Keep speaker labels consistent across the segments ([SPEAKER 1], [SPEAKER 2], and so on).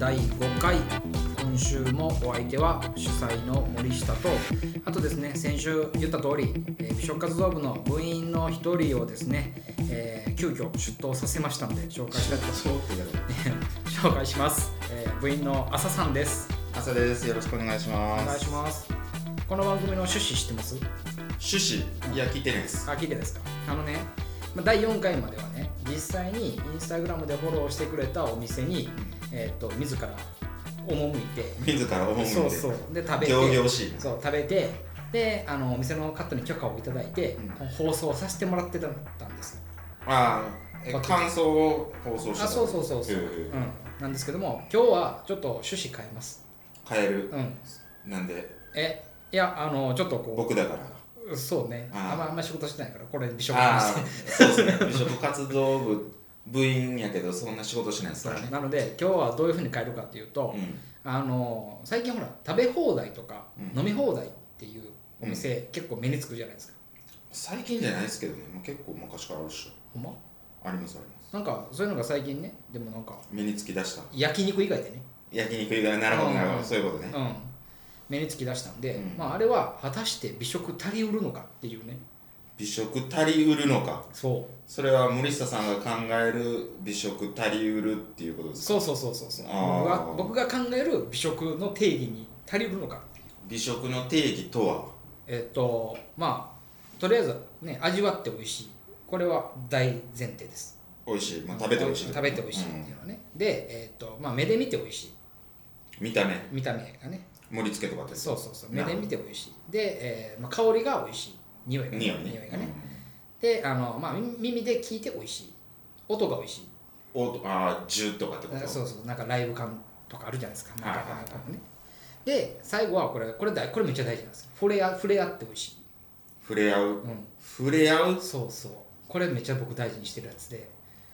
[SPEAKER 1] 第5回今週もお相手は主催の森下とあとですね先週言った通り、えー美食活動部の部員の一人をですね、えー急遽出頭させましたので紹 介したいと紹介します、えー部員の浅さんです
[SPEAKER 2] 朝です。よろしくお願いし
[SPEAKER 1] お
[SPEAKER 2] ます。
[SPEAKER 1] 願いしますこの番組の趣旨知ってます
[SPEAKER 2] 趣旨いや聞いてるんです。
[SPEAKER 1] あ聞いてですかあのねまあ第4回まではね実際にインスタグラムでフォローしてくれたお店に、えー、と自ら赴いて
[SPEAKER 2] 自ら思うんで。
[SPEAKER 1] そうそうで食べて
[SPEAKER 2] 仰々しい
[SPEAKER 1] そう食べてであのお店のカットに許可をいただいて、
[SPEAKER 2] う
[SPEAKER 1] 放送させてもらってたんですよ
[SPEAKER 2] ああえ感想を放送した。
[SPEAKER 1] あそうそうそうそう、
[SPEAKER 2] へ
[SPEAKER 1] う
[SPEAKER 2] え
[SPEAKER 1] ん、なんですけども今日はちょっと趣旨変えます
[SPEAKER 2] 変える
[SPEAKER 1] う。ん
[SPEAKER 2] なんで
[SPEAKER 1] えいやあのちょっとこ
[SPEAKER 2] 僕だから。
[SPEAKER 1] うそうね
[SPEAKER 2] あー
[SPEAKER 1] あんまあんま仕事してないからこれ美食に
[SPEAKER 2] あ
[SPEAKER 1] し
[SPEAKER 2] あ
[SPEAKER 1] て
[SPEAKER 2] そうですね。美食活動部部員やけどそんな仕事しないです
[SPEAKER 1] そ
[SPEAKER 2] か
[SPEAKER 1] う
[SPEAKER 2] らね。
[SPEAKER 1] なので今日はどういうふうに変えるかっていうと、
[SPEAKER 2] う
[SPEAKER 1] あの最近ほら食べ放題とか、
[SPEAKER 2] うん
[SPEAKER 1] 飲み放題っていうお店、結構目につくじゃないですか
[SPEAKER 2] 最近じゃないですけどね。もう結構昔からあるっし
[SPEAKER 1] ほんま
[SPEAKER 2] ょ。ありますあります。
[SPEAKER 1] なんかそういうのが最近ねでもなんか
[SPEAKER 2] 目につき出した。
[SPEAKER 1] 焼肉以外でね、
[SPEAKER 2] 焼肉以外なるほどなるほ
[SPEAKER 1] うん
[SPEAKER 2] どそういうことね。
[SPEAKER 1] うん、目につき出したんで、
[SPEAKER 2] うん
[SPEAKER 1] まあ、あれは果たして美食足りうるのかっていうね
[SPEAKER 2] 美食足りうるのか。
[SPEAKER 1] そう
[SPEAKER 2] それは森下さんが考える美食足りうるっていうことですか
[SPEAKER 1] そうそうそうそうそう僕
[SPEAKER 2] あ
[SPEAKER 1] が
[SPEAKER 2] ー
[SPEAKER 1] 僕が考える美食の定義に足りうるのかっていう
[SPEAKER 2] 美食の定義とは
[SPEAKER 1] えっとまあとりあえずね味わって美味しいこれは大前提です
[SPEAKER 2] 美味しい、まあ、食べて美味しい、
[SPEAKER 1] 食べて美味しいっていうのはね、で、えーとまあ、目で見て美味しい
[SPEAKER 2] うん見た目
[SPEAKER 1] 見た目がね
[SPEAKER 2] 盛り付けとかって
[SPEAKER 1] そうそうそう目
[SPEAKER 2] な
[SPEAKER 1] で見て美味しいで、えーまあ、香りが美味しい匂いがね
[SPEAKER 2] 匂いね
[SPEAKER 1] がね、であの、まあ、耳耳で聞いて美味しい音が美味しい
[SPEAKER 2] うん、おああ10とかってこと
[SPEAKER 1] あそうそうなんかライブ感とかあるじゃないですか
[SPEAKER 2] はい
[SPEAKER 1] なんかなんかねで最後はこれこれだこれめっちゃ大事なんですよ触れ合触れ合って美味しい、
[SPEAKER 2] 触れ合う、
[SPEAKER 1] うん、
[SPEAKER 2] 触れ合う
[SPEAKER 1] そうそうこれめっちゃ僕大事にしてるやつで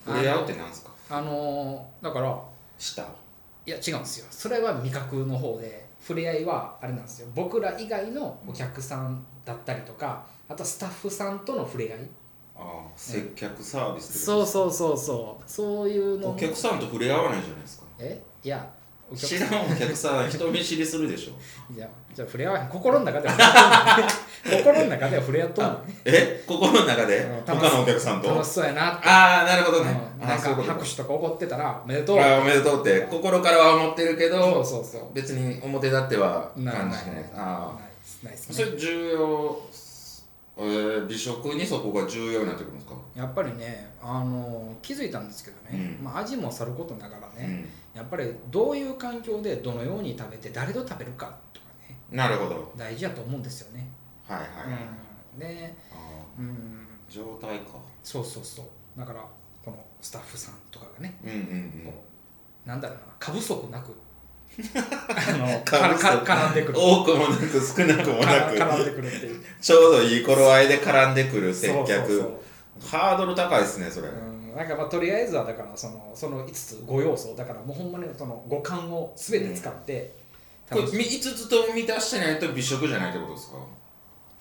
[SPEAKER 2] 触れ合うってなんですか
[SPEAKER 1] あのだから
[SPEAKER 2] 舌
[SPEAKER 1] いや違うんですよそれは味覚の方で触れ合いはあれなんですよ僕ら以外のお客さんだったりとかあとはスタッフさんとの触れ合い
[SPEAKER 2] ああ接客サービスってこと
[SPEAKER 1] そうそうそうそうそういうのも
[SPEAKER 2] お客さんと触れ合わないじゃないですか
[SPEAKER 1] えいやお客
[SPEAKER 2] 知
[SPEAKER 1] さ
[SPEAKER 2] ら
[SPEAKER 1] ん
[SPEAKER 2] んお客さん人見知りする でしょ
[SPEAKER 1] いやじゃあ触れ合わへん心の中で は心の中では触れ合っとんの
[SPEAKER 2] え心の中で
[SPEAKER 1] うん
[SPEAKER 2] 他
[SPEAKER 1] 楽し
[SPEAKER 2] のお客さんと
[SPEAKER 1] 楽しそうやなって
[SPEAKER 2] ああなるほどね、
[SPEAKER 1] うん
[SPEAKER 2] あ
[SPEAKER 1] な
[SPEAKER 2] あ
[SPEAKER 1] ん
[SPEAKER 2] そういう
[SPEAKER 1] か
[SPEAKER 2] こと
[SPEAKER 1] 拍手とか怒ってたらおめでとう
[SPEAKER 2] ああおめでとうって心からは思ってるけ
[SPEAKER 1] そ
[SPEAKER 2] ど
[SPEAKER 1] うそうそう
[SPEAKER 2] 別に表立っては感じ
[SPEAKER 1] ないない
[SPEAKER 2] ない
[SPEAKER 1] ない
[SPEAKER 2] ああ
[SPEAKER 1] ないですないです
[SPEAKER 2] そ
[SPEAKER 1] ね
[SPEAKER 2] れ重要、えー、美食にそこが重要になってくるんですか、
[SPEAKER 1] やっぱりねあの気づいたんですけどね、
[SPEAKER 2] うん
[SPEAKER 1] まあ、味もさることながらね、やっぱりどういう環境でどのように食べて誰と食べるかとかね
[SPEAKER 2] うん、なるほど
[SPEAKER 1] 大事だと思うんですよね。
[SPEAKER 2] はいはい、あ
[SPEAKER 1] うん、で、
[SPEAKER 2] あ
[SPEAKER 1] うん、
[SPEAKER 2] 状態か
[SPEAKER 1] そうそうそうだからこのスタッフさんとかがね、
[SPEAKER 2] うんうんうん
[SPEAKER 1] なんだろうな過不足なく あのか
[SPEAKER 2] 過不
[SPEAKER 1] か
[SPEAKER 2] 足
[SPEAKER 1] 絡んでくる
[SPEAKER 2] 多くもなく少なくもな
[SPEAKER 1] か絡んで
[SPEAKER 2] く
[SPEAKER 1] くるっていう
[SPEAKER 2] ちょうどいい頃合いで絡んでくる 接
[SPEAKER 1] そ
[SPEAKER 2] 客
[SPEAKER 1] うそうそう
[SPEAKER 2] ハードル高いですねそれ、
[SPEAKER 1] うん、なんかまあとりあえずはだからそのその5つ5要素だからもうほんまにその五感を全て使って
[SPEAKER 2] これ
[SPEAKER 1] 楽しむ、
[SPEAKER 2] 5つとも満たしてないと美食じゃないってことですか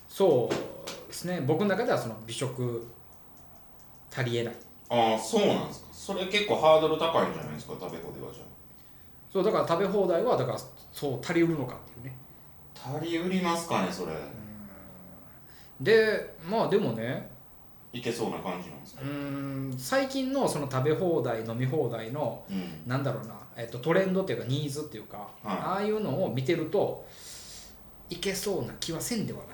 [SPEAKER 1] そうですね僕の中ではその美食足りえない
[SPEAKER 2] ああそうなんですかそれ結構ハードル高いんじゃないですか食べ放ではじゃ
[SPEAKER 1] そうだから食べ放題はだからそう足りうるのかっていうね
[SPEAKER 2] あ足り売りますかねそれ
[SPEAKER 1] でまあでもね
[SPEAKER 2] いけそうな感じなんですか
[SPEAKER 1] うーん最近のその食べ放題飲み放題の
[SPEAKER 2] うん
[SPEAKER 1] なんだろうな、えっと、トレンドっていうかニーズっていうか、ああいうのを見てるといけそうな気はせんではない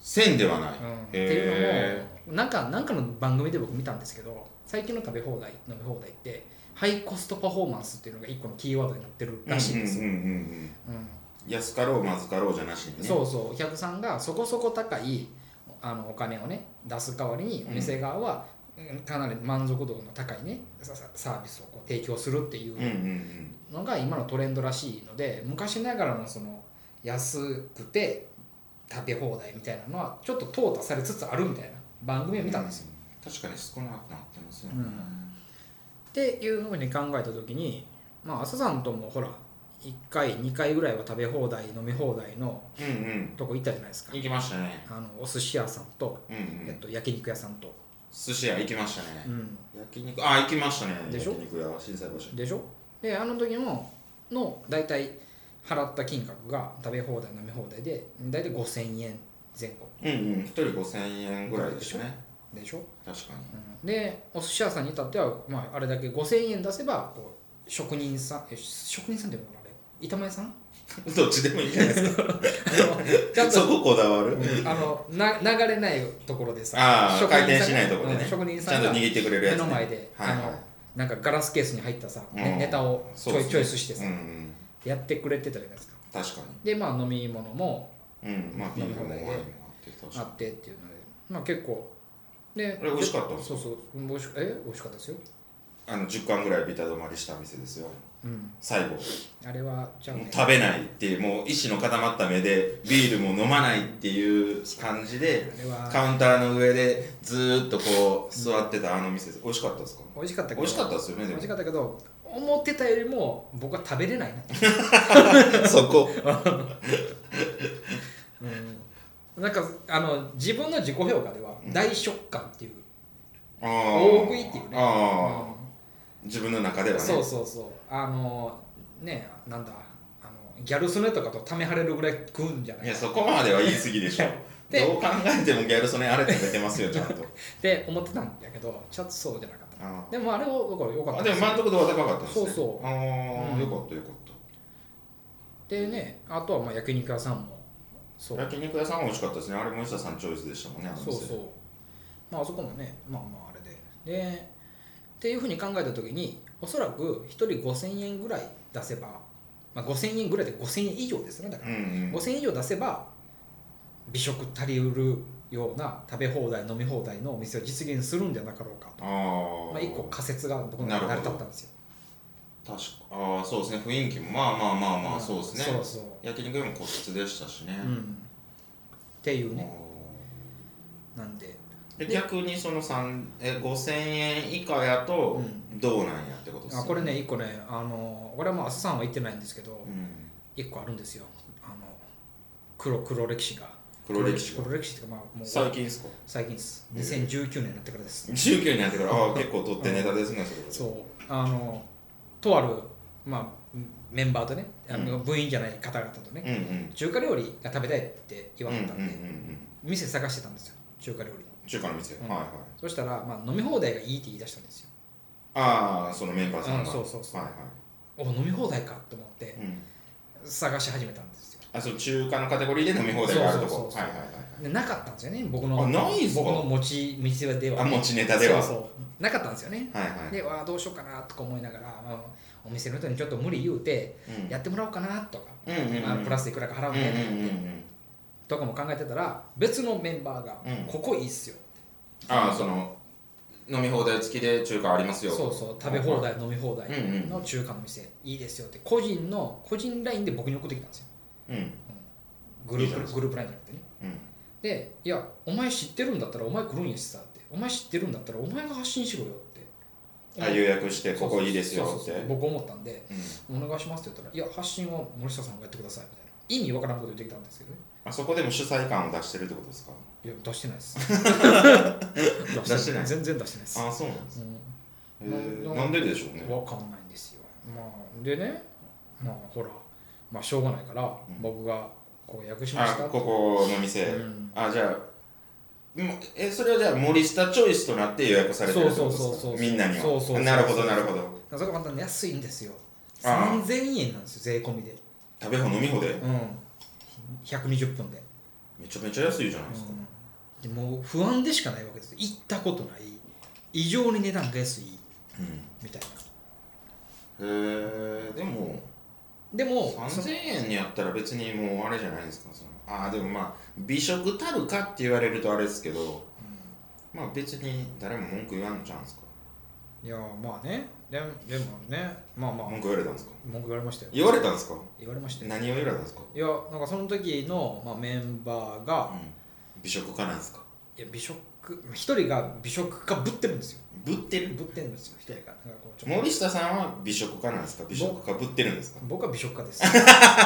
[SPEAKER 2] 線ではない、
[SPEAKER 1] うんっていう
[SPEAKER 2] へ
[SPEAKER 1] のもなんかなんかの番組で僕見たんですけど最近の食べ放題飲み放題ってハイコストパフォーマンスっていうのが一個のキーワードになってるらしいんですよ、
[SPEAKER 2] うんうんうんうん
[SPEAKER 1] うん
[SPEAKER 2] うん安かろうまずかろうじゃなしにね
[SPEAKER 1] そうそうお客さんがそこそこ高いあのお金をね出す代わりにお店側は、うんかなり満足度の高いねササービスをこう提供するってい
[SPEAKER 2] うんうん
[SPEAKER 1] う
[SPEAKER 2] うん
[SPEAKER 1] のが今のトレンドらしいので昔ながらのその安くて食べ放題みたいなのはちょっと淘汰されつつあるみたいな番組を見たんですよ。
[SPEAKER 2] 確かに少なくなってますよね、
[SPEAKER 1] うんっていうふうに考えた時にまあ朝さんともほら1回2回ぐらいは食べ放題飲み放題の
[SPEAKER 2] うんうん
[SPEAKER 1] とこ行ったじゃないですか
[SPEAKER 2] 行きましたね
[SPEAKER 1] あのお寿司屋さんと、
[SPEAKER 2] うんう
[SPEAKER 1] えっ
[SPEAKER 2] ん
[SPEAKER 1] と、焼肉屋さんと、
[SPEAKER 2] 寿司屋行きました
[SPEAKER 1] う
[SPEAKER 2] ね、
[SPEAKER 1] ん、
[SPEAKER 2] 焼肉あ行きましたね
[SPEAKER 1] でしょ
[SPEAKER 2] 焼肉屋心斎橋
[SPEAKER 1] でしょであの時もの大体払った金額が食べ放題飲み放題で大体5000円前後
[SPEAKER 2] うんうん一人5000円ぐらいですね
[SPEAKER 1] でしょ、
[SPEAKER 2] 確か
[SPEAKER 1] うんでお寿司屋さんに至っては、まあ、あれだけ5000円出せばこう職人さんえ職人さんっていうのかなあれ板前さ ん
[SPEAKER 2] にどっちでもいいんじゃないですか
[SPEAKER 1] あの ちゃんと
[SPEAKER 2] そここだわる
[SPEAKER 1] あのな流れないところでさ
[SPEAKER 2] ああ
[SPEAKER 1] 職人
[SPEAKER 2] 回
[SPEAKER 1] さん
[SPEAKER 2] 転しないところで
[SPEAKER 1] う
[SPEAKER 2] ね
[SPEAKER 1] ん
[SPEAKER 2] ちゃ
[SPEAKER 1] 職人さ
[SPEAKER 2] ん
[SPEAKER 1] ん
[SPEAKER 2] と
[SPEAKER 1] が
[SPEAKER 2] 握ってくれるや
[SPEAKER 1] 目
[SPEAKER 2] つね
[SPEAKER 1] の前で、
[SPEAKER 2] はいはい
[SPEAKER 1] あのなんかガラスケースに入ったさ、ね
[SPEAKER 2] うん
[SPEAKER 1] ネタをち
[SPEAKER 2] そう
[SPEAKER 1] ょ
[SPEAKER 2] で
[SPEAKER 1] い
[SPEAKER 2] すね
[SPEAKER 1] チョイスしてさ、
[SPEAKER 2] うんうん
[SPEAKER 1] やってくれてたじゃないですか
[SPEAKER 2] 確か
[SPEAKER 1] でまあ飲み物も
[SPEAKER 2] にうんまあビールもワインもあって確
[SPEAKER 1] あ
[SPEAKER 2] か
[SPEAKER 1] ってっていうのでまあ結構で
[SPEAKER 2] あれ美味しかったんです
[SPEAKER 1] そうそう美味しえ美味しかったですよ
[SPEAKER 2] にあの10巻ぐらいビタ止まりした店ですよ
[SPEAKER 1] うん
[SPEAKER 2] 最後
[SPEAKER 1] あれはちゃん
[SPEAKER 2] もう
[SPEAKER 1] と
[SPEAKER 2] 食べないっていうもう意志の固まった目でビールも飲まないっていう感じで
[SPEAKER 1] あれは
[SPEAKER 2] カウンターの上でずーっとこう座ってたあの店です美味しかったですか
[SPEAKER 1] 美味しかったけど
[SPEAKER 2] 美味しかったですよね
[SPEAKER 1] 美
[SPEAKER 2] で
[SPEAKER 1] 味しかったけど思ってたよりも僕は食べれないな、
[SPEAKER 2] も そこ
[SPEAKER 1] うん、なんかあの自分の自己評価では大食感っていう、
[SPEAKER 2] あ
[SPEAKER 1] 大食いっていうね
[SPEAKER 2] あ
[SPEAKER 1] う
[SPEAKER 2] あ
[SPEAKER 1] ん
[SPEAKER 2] 自分の中ではね
[SPEAKER 1] そうそうそうあのねなんだあのギャル曽根とかとためはれるぐらい食うんじゃないい
[SPEAKER 2] や
[SPEAKER 1] か
[SPEAKER 2] そこまでは言い過ぎでしょ
[SPEAKER 1] で
[SPEAKER 2] どう考えてもギャル曽根あれ食べてますよちゃ んと
[SPEAKER 1] って思ってたんだけどちょっとそうじゃなかった
[SPEAKER 2] あ
[SPEAKER 1] でもあれをだから良かっ
[SPEAKER 2] あ
[SPEAKER 1] た
[SPEAKER 2] でも
[SPEAKER 1] す
[SPEAKER 2] 満足度は高かったんですね
[SPEAKER 1] そうそう
[SPEAKER 2] ああ、
[SPEAKER 1] うん
[SPEAKER 2] よかったよかっ
[SPEAKER 1] でねあとはまあ焼肉屋さんもそう
[SPEAKER 2] た焼肉屋さんは美味しかったですねあれも石田さんチョイスでしたもんねあの
[SPEAKER 1] そ
[SPEAKER 2] 店
[SPEAKER 1] うそうまああそこもねまあまああれででっていうふうに考えた時におそらく1人5000円ぐらい出せば、まあ、5000円ぐらいで5000円以上ですねだから
[SPEAKER 2] うんうん
[SPEAKER 1] 5000円以上出せば美食足りうるような食べ放題飲み放題のお店を実現するんじゃなかろうかと、
[SPEAKER 2] ああ、
[SPEAKER 1] まあ、一個仮説が僕の中で成り立ったんですよ
[SPEAKER 2] 確かああそうですね雰囲気もまあまあまあまあ
[SPEAKER 1] ん
[SPEAKER 2] そうですね、
[SPEAKER 1] そうそう、
[SPEAKER 2] 焼肉屋も個室でしたしね、
[SPEAKER 1] うん、っていうね
[SPEAKER 2] あ
[SPEAKER 1] なんで
[SPEAKER 2] ーで逆にその三え5000円以下やと
[SPEAKER 1] う
[SPEAKER 2] どうなんやってことです
[SPEAKER 1] あ
[SPEAKER 2] よ
[SPEAKER 1] これね、1個ねあのこれはもう朝さんは言ってないんですけど
[SPEAKER 2] うん、
[SPEAKER 1] 1個あるんですよあの黒黒歴史が
[SPEAKER 2] 黒歴史が
[SPEAKER 1] 黒歴史っていうかまあもう
[SPEAKER 2] 最近ですか
[SPEAKER 1] 最近です
[SPEAKER 2] ええ
[SPEAKER 1] 2019年になってからです、
[SPEAKER 2] 19になってからああ結構取ってネタですねそ れ
[SPEAKER 1] そうあのとある、まあ、メンバーとねあの、
[SPEAKER 2] う
[SPEAKER 1] 部員じゃない方々とね、
[SPEAKER 2] うんうん
[SPEAKER 1] 中華料理が食べたいって言われたんで、
[SPEAKER 2] うんうんうんうん、
[SPEAKER 1] 店探してたんですよ中華料理の
[SPEAKER 2] 中華の店、
[SPEAKER 1] うん
[SPEAKER 2] はいはい
[SPEAKER 1] そしたら、まあ、飲み放題がいいって言い出したんですよ
[SPEAKER 2] ああそのメンバーさんが、
[SPEAKER 1] うんそうそうそう
[SPEAKER 2] はいは
[SPEAKER 1] お飲み放題かと思って
[SPEAKER 2] い、うん、
[SPEAKER 1] 探し始めたんですよ
[SPEAKER 2] あその中華のカテゴリーで飲み放題があると
[SPEAKER 1] そう
[SPEAKER 2] こ
[SPEAKER 1] そうそうそう
[SPEAKER 2] はいはいはいはい
[SPEAKER 1] でなかったんですよね僕の
[SPEAKER 2] あないんすか
[SPEAKER 1] 僕の持ち道では
[SPEAKER 2] あ持ちネタでは
[SPEAKER 1] そうそうなかったんですよね
[SPEAKER 2] はいはい
[SPEAKER 1] でわあどうしようかなとか思いながら、まあお店の人にちょっと無理言うて
[SPEAKER 2] うん
[SPEAKER 1] やってもらおうかなとか、
[SPEAKER 2] うんうんうん
[SPEAKER 1] まあ、プラスいくらか払う
[SPEAKER 2] うん
[SPEAKER 1] ねとか,、
[SPEAKER 2] うんうんうん
[SPEAKER 1] とかも考えてたら別のメンバーが
[SPEAKER 2] うん
[SPEAKER 1] 「ここいいっすよ」
[SPEAKER 2] ああその飲み放題付きで中華ありますよ
[SPEAKER 1] そうそう食べ放題飲み放題
[SPEAKER 2] うんうん
[SPEAKER 1] の中華の店いいですよって個人の個人ラインで僕に送ってきたんですよ
[SPEAKER 2] うん
[SPEAKER 1] グル
[SPEAKER 2] いいじゃな
[SPEAKER 1] ー
[SPEAKER 2] いで
[SPEAKER 1] プ
[SPEAKER 2] す
[SPEAKER 1] グループラインじゃなくてね
[SPEAKER 2] うん
[SPEAKER 1] で「いやお前知ってるんだったらお前来るんやしさ」って「お前知ってるんだったらお前が発信しろよ」って
[SPEAKER 2] あ予約してここいいですよ
[SPEAKER 1] そう
[SPEAKER 2] っ
[SPEAKER 1] そ
[SPEAKER 2] て
[SPEAKER 1] うそう
[SPEAKER 2] う
[SPEAKER 1] 僕思ったんで
[SPEAKER 2] ん
[SPEAKER 1] 「お願いします」って言ったら「いや発信は森下さんがやってください」みたいな意味わからんこと言ってきたんですけどね
[SPEAKER 2] あそこでも主催感を出してるってことですか
[SPEAKER 1] いや出してないです
[SPEAKER 2] 出してない
[SPEAKER 1] 全然出してないです、
[SPEAKER 2] ああそうなんです
[SPEAKER 1] う
[SPEAKER 2] へー
[SPEAKER 1] なん
[SPEAKER 2] なんででしょうね
[SPEAKER 1] ん、わかんないんですよ、まあ、でねまあほらまあしょうがないから、
[SPEAKER 2] ん
[SPEAKER 1] 僕がこう訳しま
[SPEAKER 2] あ
[SPEAKER 1] した
[SPEAKER 2] ここの店
[SPEAKER 1] うん
[SPEAKER 2] あじゃあもえそれはじゃあ森下チョイスとなって予約されてるってこと
[SPEAKER 1] そうそ
[SPEAKER 2] で
[SPEAKER 1] う
[SPEAKER 2] す
[SPEAKER 1] そう
[SPEAKER 2] か
[SPEAKER 1] そう
[SPEAKER 2] みんなには
[SPEAKER 1] そうそうそう
[SPEAKER 2] なるほどなるほど
[SPEAKER 1] そこまたね安いんですよ
[SPEAKER 2] あー
[SPEAKER 1] 3000円なんですよ税込みで
[SPEAKER 2] 食べ放飲み放で
[SPEAKER 1] うん120分で,、
[SPEAKER 2] めちゃめちゃ安いじゃないですか
[SPEAKER 1] うん、でもう不安でしかないわけですよ行ったことない異常に値段が安いみたいな
[SPEAKER 2] へえでも
[SPEAKER 1] でもそ
[SPEAKER 2] 3000円にやったら別にもうあれじゃないですかそのああでもまあ美食たるかって言われるとあれですけどまあ別に誰も文句言わんのちゃうんですか
[SPEAKER 1] いやまあねでもでもねまあまあ
[SPEAKER 2] 文句言われたんですか
[SPEAKER 1] 文句言われましたよ
[SPEAKER 2] 言われたんですか
[SPEAKER 1] 言われましたよ
[SPEAKER 2] 何を言われたんですか、
[SPEAKER 1] いやなんかその時の、まあ、メンバーが
[SPEAKER 2] うん、美食家なんですか
[SPEAKER 1] いや美食一人が美食かぶってるんですよ
[SPEAKER 2] ぶってる
[SPEAKER 1] ぶってるんですよ一人がなんかこうちょっと
[SPEAKER 2] 森下さんは美食家なんですか美食家ぶってるんですか
[SPEAKER 1] 僕は美食家です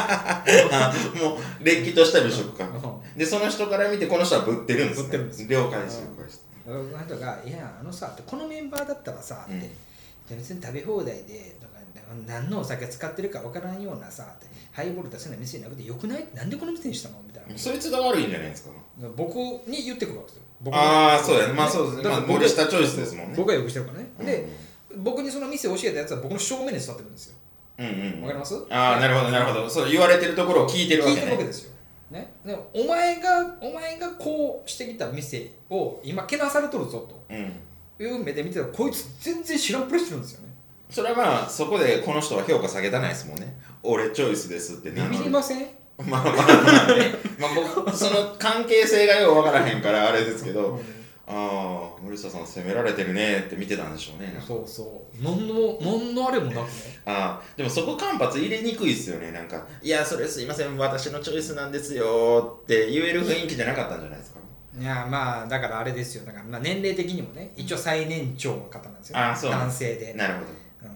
[SPEAKER 2] あもうれっきとした美食家
[SPEAKER 1] うん
[SPEAKER 2] でその人から見てこの人はぶってるんです、ね、
[SPEAKER 1] ぶってるんです
[SPEAKER 2] 了解です了解です
[SPEAKER 1] その人が「いやあのさ」ってこのメンバーだったらさ」って、
[SPEAKER 2] うん
[SPEAKER 1] 別に食べ放題でとかな何のお酒使ってるかわからんようなさってハイボール出せない店じゃなくてよくないなんでこの店にしたのみたいな
[SPEAKER 2] そいつが悪いんじゃないですか
[SPEAKER 1] 僕に言ってくるわけですよ僕
[SPEAKER 2] ああそうやねまあ
[SPEAKER 1] ね
[SPEAKER 2] そうですね
[SPEAKER 1] だ
[SPEAKER 2] ま
[SPEAKER 1] か
[SPEAKER 2] あ
[SPEAKER 1] ら僕
[SPEAKER 2] 森下チョイスですもんね
[SPEAKER 1] 僕がよくしてるからね、
[SPEAKER 2] うん
[SPEAKER 1] で僕にその店を教えたやつは僕の正面に座ってるんですよ
[SPEAKER 2] うんうん
[SPEAKER 1] わかります
[SPEAKER 2] ああなるほどなるほどそう言われてるところを聞いてるわ
[SPEAKER 1] 聞い
[SPEAKER 2] け
[SPEAKER 1] てるわけ
[SPEAKER 2] ね
[SPEAKER 1] ですよ、ね、でもお前がお前がこうしてきた店を今けなされとるぞ
[SPEAKER 2] うん
[SPEAKER 1] という目で見てたらこいつ全然知らんプレしてるんですよね
[SPEAKER 2] それはまあそこでこの人は評価下げたないですもんね俺チョイスですって名乗
[SPEAKER 1] ビ
[SPEAKER 2] る
[SPEAKER 1] ビりません
[SPEAKER 2] まあまあまあね、まあ、僕その関係性がよう分からへんからあれですけどああ森下さん責められてるねって見てたんでしょうねなんか
[SPEAKER 1] そうそう何の何のあれもなくね
[SPEAKER 2] あーでもそこ間髪入れにくいっすよねなんか「いやそれすいません私のチョイスなんですよ」って言える雰囲気じゃなかったんじゃないですか
[SPEAKER 1] いやまあだからあれですよだからまあ年齢的にもね一応最年長の方なんですよ、
[SPEAKER 2] あそう
[SPEAKER 1] 男性で
[SPEAKER 2] なるほど
[SPEAKER 1] うん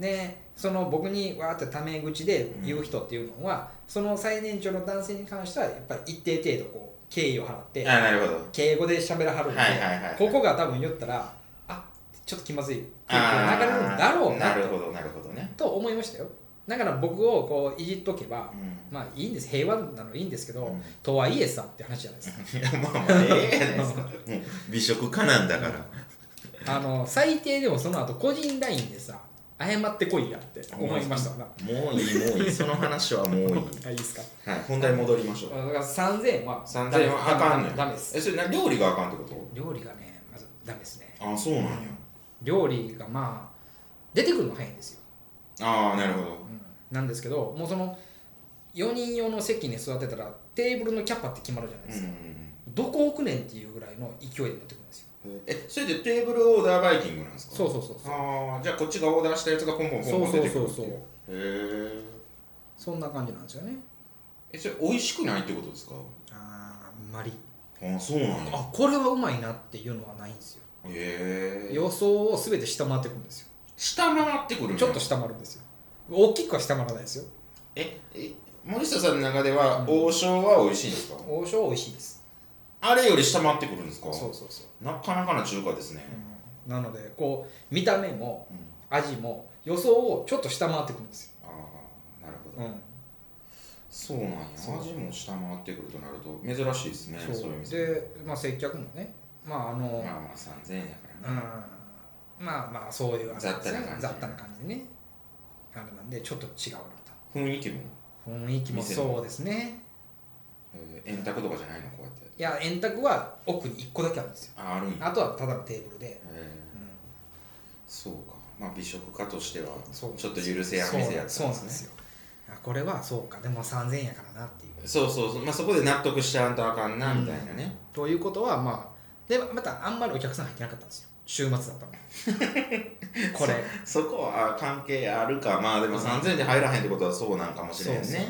[SPEAKER 1] でその僕にわーってタメ口で言う人っていうのは、その最年長の男性に関してはやっぱり一定程度こう敬意を払って
[SPEAKER 2] あーなるほど
[SPEAKER 1] 敬語で喋らはるんで、
[SPEAKER 2] はいはいはい
[SPEAKER 1] ここが多分言ったらあちょっと気まずい空気が流れるんだろうな
[SPEAKER 2] あーなるほどなるほどね、
[SPEAKER 1] と思いましたよだから僕をこういじっとけば
[SPEAKER 2] う、ん、
[SPEAKER 1] まあいいんです平和なのいいんですけど、
[SPEAKER 2] うん
[SPEAKER 1] とはいえさって話じゃないですか
[SPEAKER 2] いやまあまあええやないですかもう美食家なんだから
[SPEAKER 1] あの最低でもその後個人 LINE でさ謝ってこいやって思いましたから
[SPEAKER 2] もういいもういいその話はもういい、
[SPEAKER 1] あいいですか
[SPEAKER 2] はい、本題戻りましょう
[SPEAKER 1] だから3000円は
[SPEAKER 2] 3000円はあかんねん
[SPEAKER 1] ダメです
[SPEAKER 2] えそれな料理があかんってこ
[SPEAKER 1] 料理がねまずダメですね
[SPEAKER 2] とあそうなんや
[SPEAKER 1] 料理がまあ出てくるのが早いんですよ、
[SPEAKER 2] ああなるほど
[SPEAKER 1] うんなんですけどもうその4人用の席に座ってたらテーブルのキャパって決まるじゃないで
[SPEAKER 2] う
[SPEAKER 1] す
[SPEAKER 2] ん
[SPEAKER 1] か、どこ置くねんっていうぐらいの勢いになってくるんですよ
[SPEAKER 2] うんうんえそれでテーブルオーダーバイキングなんですか
[SPEAKER 1] そううそうそうそう
[SPEAKER 2] ああじゃあこっちがオーダーしたやつがポンポンポン
[SPEAKER 1] そう
[SPEAKER 2] ポン
[SPEAKER 1] そ
[SPEAKER 2] 出
[SPEAKER 1] う
[SPEAKER 2] てく
[SPEAKER 1] そ
[SPEAKER 2] る
[SPEAKER 1] うそう
[SPEAKER 2] へえ
[SPEAKER 1] そんな感じなんですよね
[SPEAKER 2] えそれ美味しくないってことですか
[SPEAKER 1] あーあんまり
[SPEAKER 2] ああそうなんや
[SPEAKER 1] あこれはうまいなっていうのはないんですよ
[SPEAKER 2] へえ
[SPEAKER 1] 予想を全て下回ってくるんですよ
[SPEAKER 2] 下回ってくるんや
[SPEAKER 1] ちょっと下回るんですよ大きくは下回らないですよ
[SPEAKER 2] ええ森下さんの中では
[SPEAKER 1] うん
[SPEAKER 2] 王将は美味しいんですか、
[SPEAKER 1] 王将は美味しいです
[SPEAKER 2] あれより下回ってくるんですか
[SPEAKER 1] そうそうそう
[SPEAKER 2] なかなかな中華ですね、
[SPEAKER 1] うんなのでこう見た目も
[SPEAKER 2] うん
[SPEAKER 1] 味も予想をちょっと下回ってくるんですよ、
[SPEAKER 2] ああなるほど、
[SPEAKER 1] うん
[SPEAKER 2] そうなんや
[SPEAKER 1] そう
[SPEAKER 2] 味も下回ってくるとなると珍しいですねそういう店
[SPEAKER 1] で、まあ、接客もねまああの、
[SPEAKER 2] まあまあ3000円やから
[SPEAKER 1] う
[SPEAKER 2] ね、
[SPEAKER 1] んまあまあそういう
[SPEAKER 2] 雑多な感じ
[SPEAKER 1] 雑多な感じでねあれなんでちょっと違うな
[SPEAKER 2] 雰囲気も、
[SPEAKER 1] と雰囲気も
[SPEAKER 2] 店の
[SPEAKER 1] そうですね
[SPEAKER 2] えー円卓とかじゃないのこうやって
[SPEAKER 1] いや円卓は奥に1個だけあるんですよ
[SPEAKER 2] ああるんや、
[SPEAKER 1] あとはただのテーブルで、
[SPEAKER 2] えー
[SPEAKER 1] う
[SPEAKER 2] そうかまあ美食家としては
[SPEAKER 1] ん、
[SPEAKER 2] ちょっと許せや
[SPEAKER 1] そう
[SPEAKER 2] 店やった
[SPEAKER 1] そうんなん
[SPEAKER 2] です
[SPEAKER 1] で
[SPEAKER 2] ね
[SPEAKER 1] すよあこれはそうかでも3000円やからなっていう
[SPEAKER 2] そうそうそう、まあ、そこで納得しちゃうとあかんなみたいなね、
[SPEAKER 1] ということはまあでまたあんまりお客さん入ってなかったんですよ週末だったの これ
[SPEAKER 2] そこは関係あるかまあでも3000円で入らへんってことはそうなんかもしれへんね
[SPEAKER 1] そうそう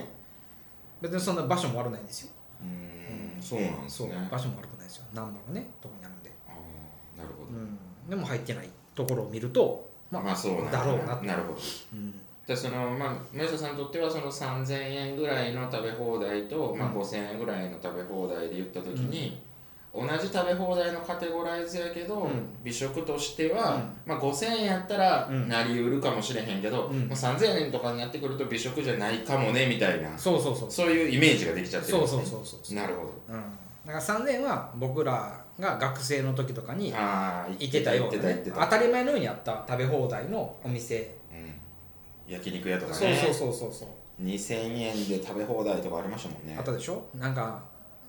[SPEAKER 1] 別にそんな場所も悪ないんですよ
[SPEAKER 2] うーんそうなんです
[SPEAKER 1] そう、
[SPEAKER 2] ね
[SPEAKER 1] 場所も悪くないですよ難波のねとこにあるんで、
[SPEAKER 2] ああなるほど、
[SPEAKER 1] うん、でも入ってないところを見るとまあ、
[SPEAKER 2] まあそうなん
[SPEAKER 1] だろうなって
[SPEAKER 2] なるほど
[SPEAKER 1] うん
[SPEAKER 2] でそのまあ森下さんにとってはその3000円ぐらいの食べ放題と、ま
[SPEAKER 1] う
[SPEAKER 2] あ、
[SPEAKER 1] ん
[SPEAKER 2] 5000円ぐらいの食べ放題で言った時に、同じ食べ放題のカテゴライズやけど、
[SPEAKER 1] うん
[SPEAKER 2] 美食としては、
[SPEAKER 1] うん
[SPEAKER 2] まあ、5000円やったら
[SPEAKER 1] うん
[SPEAKER 2] なりうるかもしれへんけど、
[SPEAKER 1] うん
[SPEAKER 2] もう3000円とかになってくると美食じゃないかもねみたいな
[SPEAKER 1] そうそうそう
[SPEAKER 2] そういうイメージができちゃってるん
[SPEAKER 1] そう
[SPEAKER 2] です、
[SPEAKER 1] そ
[SPEAKER 2] ね、
[SPEAKER 1] うそうそうそう、
[SPEAKER 2] なるほど
[SPEAKER 1] うん、だから3000円は僕らが学生の時とかに
[SPEAKER 2] ああ
[SPEAKER 1] 行ってたよう
[SPEAKER 2] 行って
[SPEAKER 1] な
[SPEAKER 2] た行
[SPEAKER 1] ね
[SPEAKER 2] って
[SPEAKER 1] 当
[SPEAKER 2] た、
[SPEAKER 1] たり前のようにあった食べ放題のお店
[SPEAKER 2] うん、焼肉屋とかね
[SPEAKER 1] そうそうそうそうそう
[SPEAKER 2] 2000円で食べ放題とかありましたもんね
[SPEAKER 1] あったでしょなんか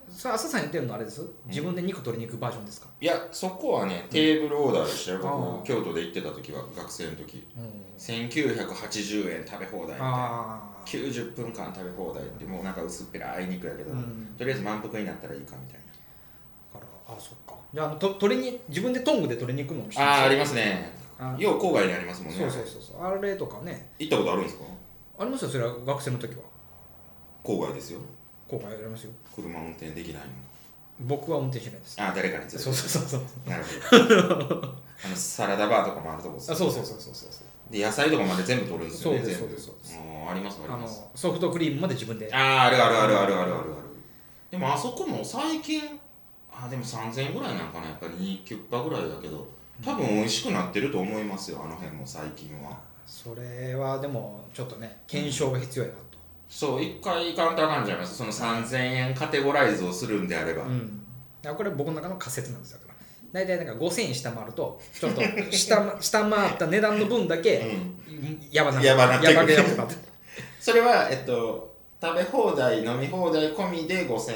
[SPEAKER 1] それ朝さん言ってるのあれです自分で肉取りに行くバージョンですか、
[SPEAKER 2] いやそこはねテーブルオーダーでしたよ、
[SPEAKER 1] ああ
[SPEAKER 2] 僕京都で行ってた時は学生の時
[SPEAKER 1] うん
[SPEAKER 2] 1980円食べ放題みたいな
[SPEAKER 1] ああ
[SPEAKER 2] 90分間食べ放題ってもうなんか薄っぺらい肉やけど、
[SPEAKER 1] うん
[SPEAKER 2] とりあえず満腹になったらいいかみたいな
[SPEAKER 1] だからあそっかじゃああのと取りに自分でトングで取りに行くのをして
[SPEAKER 2] あああ
[SPEAKER 1] ま
[SPEAKER 2] りますね
[SPEAKER 1] あ
[SPEAKER 2] よう郊外にありますもんね
[SPEAKER 1] そうそうそうそうあれとかね
[SPEAKER 2] 行ったことあるんですか
[SPEAKER 1] ありますよそれは学生の時は
[SPEAKER 2] 郊外ですよ
[SPEAKER 1] 後悔ありますよ
[SPEAKER 2] 車運転できないの
[SPEAKER 1] 僕は運転しないです
[SPEAKER 2] ああ誰かに連れて
[SPEAKER 1] そうそうそうそう
[SPEAKER 2] なるほどあのサラダバーとかもあるとこです
[SPEAKER 1] あそうそうそうそうそうそう
[SPEAKER 2] で野菜とかまで全部取るんですよね
[SPEAKER 1] そうです
[SPEAKER 2] 全部
[SPEAKER 1] そうです
[SPEAKER 2] もうありますあり
[SPEAKER 1] あ
[SPEAKER 2] ます
[SPEAKER 1] のソフトクリームまで自分で
[SPEAKER 2] あーあるあるあるあるあるあるあるでもあそこも最近あーでも3000円ぐらいなんかなやっぱり2キュッパぐらいだけど多分美味しくなってると思いますよあの辺も最近は
[SPEAKER 1] それはでもちょっとね検証が必要やなと、
[SPEAKER 2] そう一回行かんとあかんじゃないですかその3000円カテゴライズをするんであれば、
[SPEAKER 1] うん、だからこれ僕の中の仮説なんですよだから大体なんか5000円下回るとちょっと下下回った値段の分だ
[SPEAKER 2] う
[SPEAKER 1] け、
[SPEAKER 2] ん
[SPEAKER 1] やばな
[SPEAKER 2] やばなってくる
[SPEAKER 1] やばくやばくなって
[SPEAKER 2] それはえっと食べ放題飲み放題込みで5000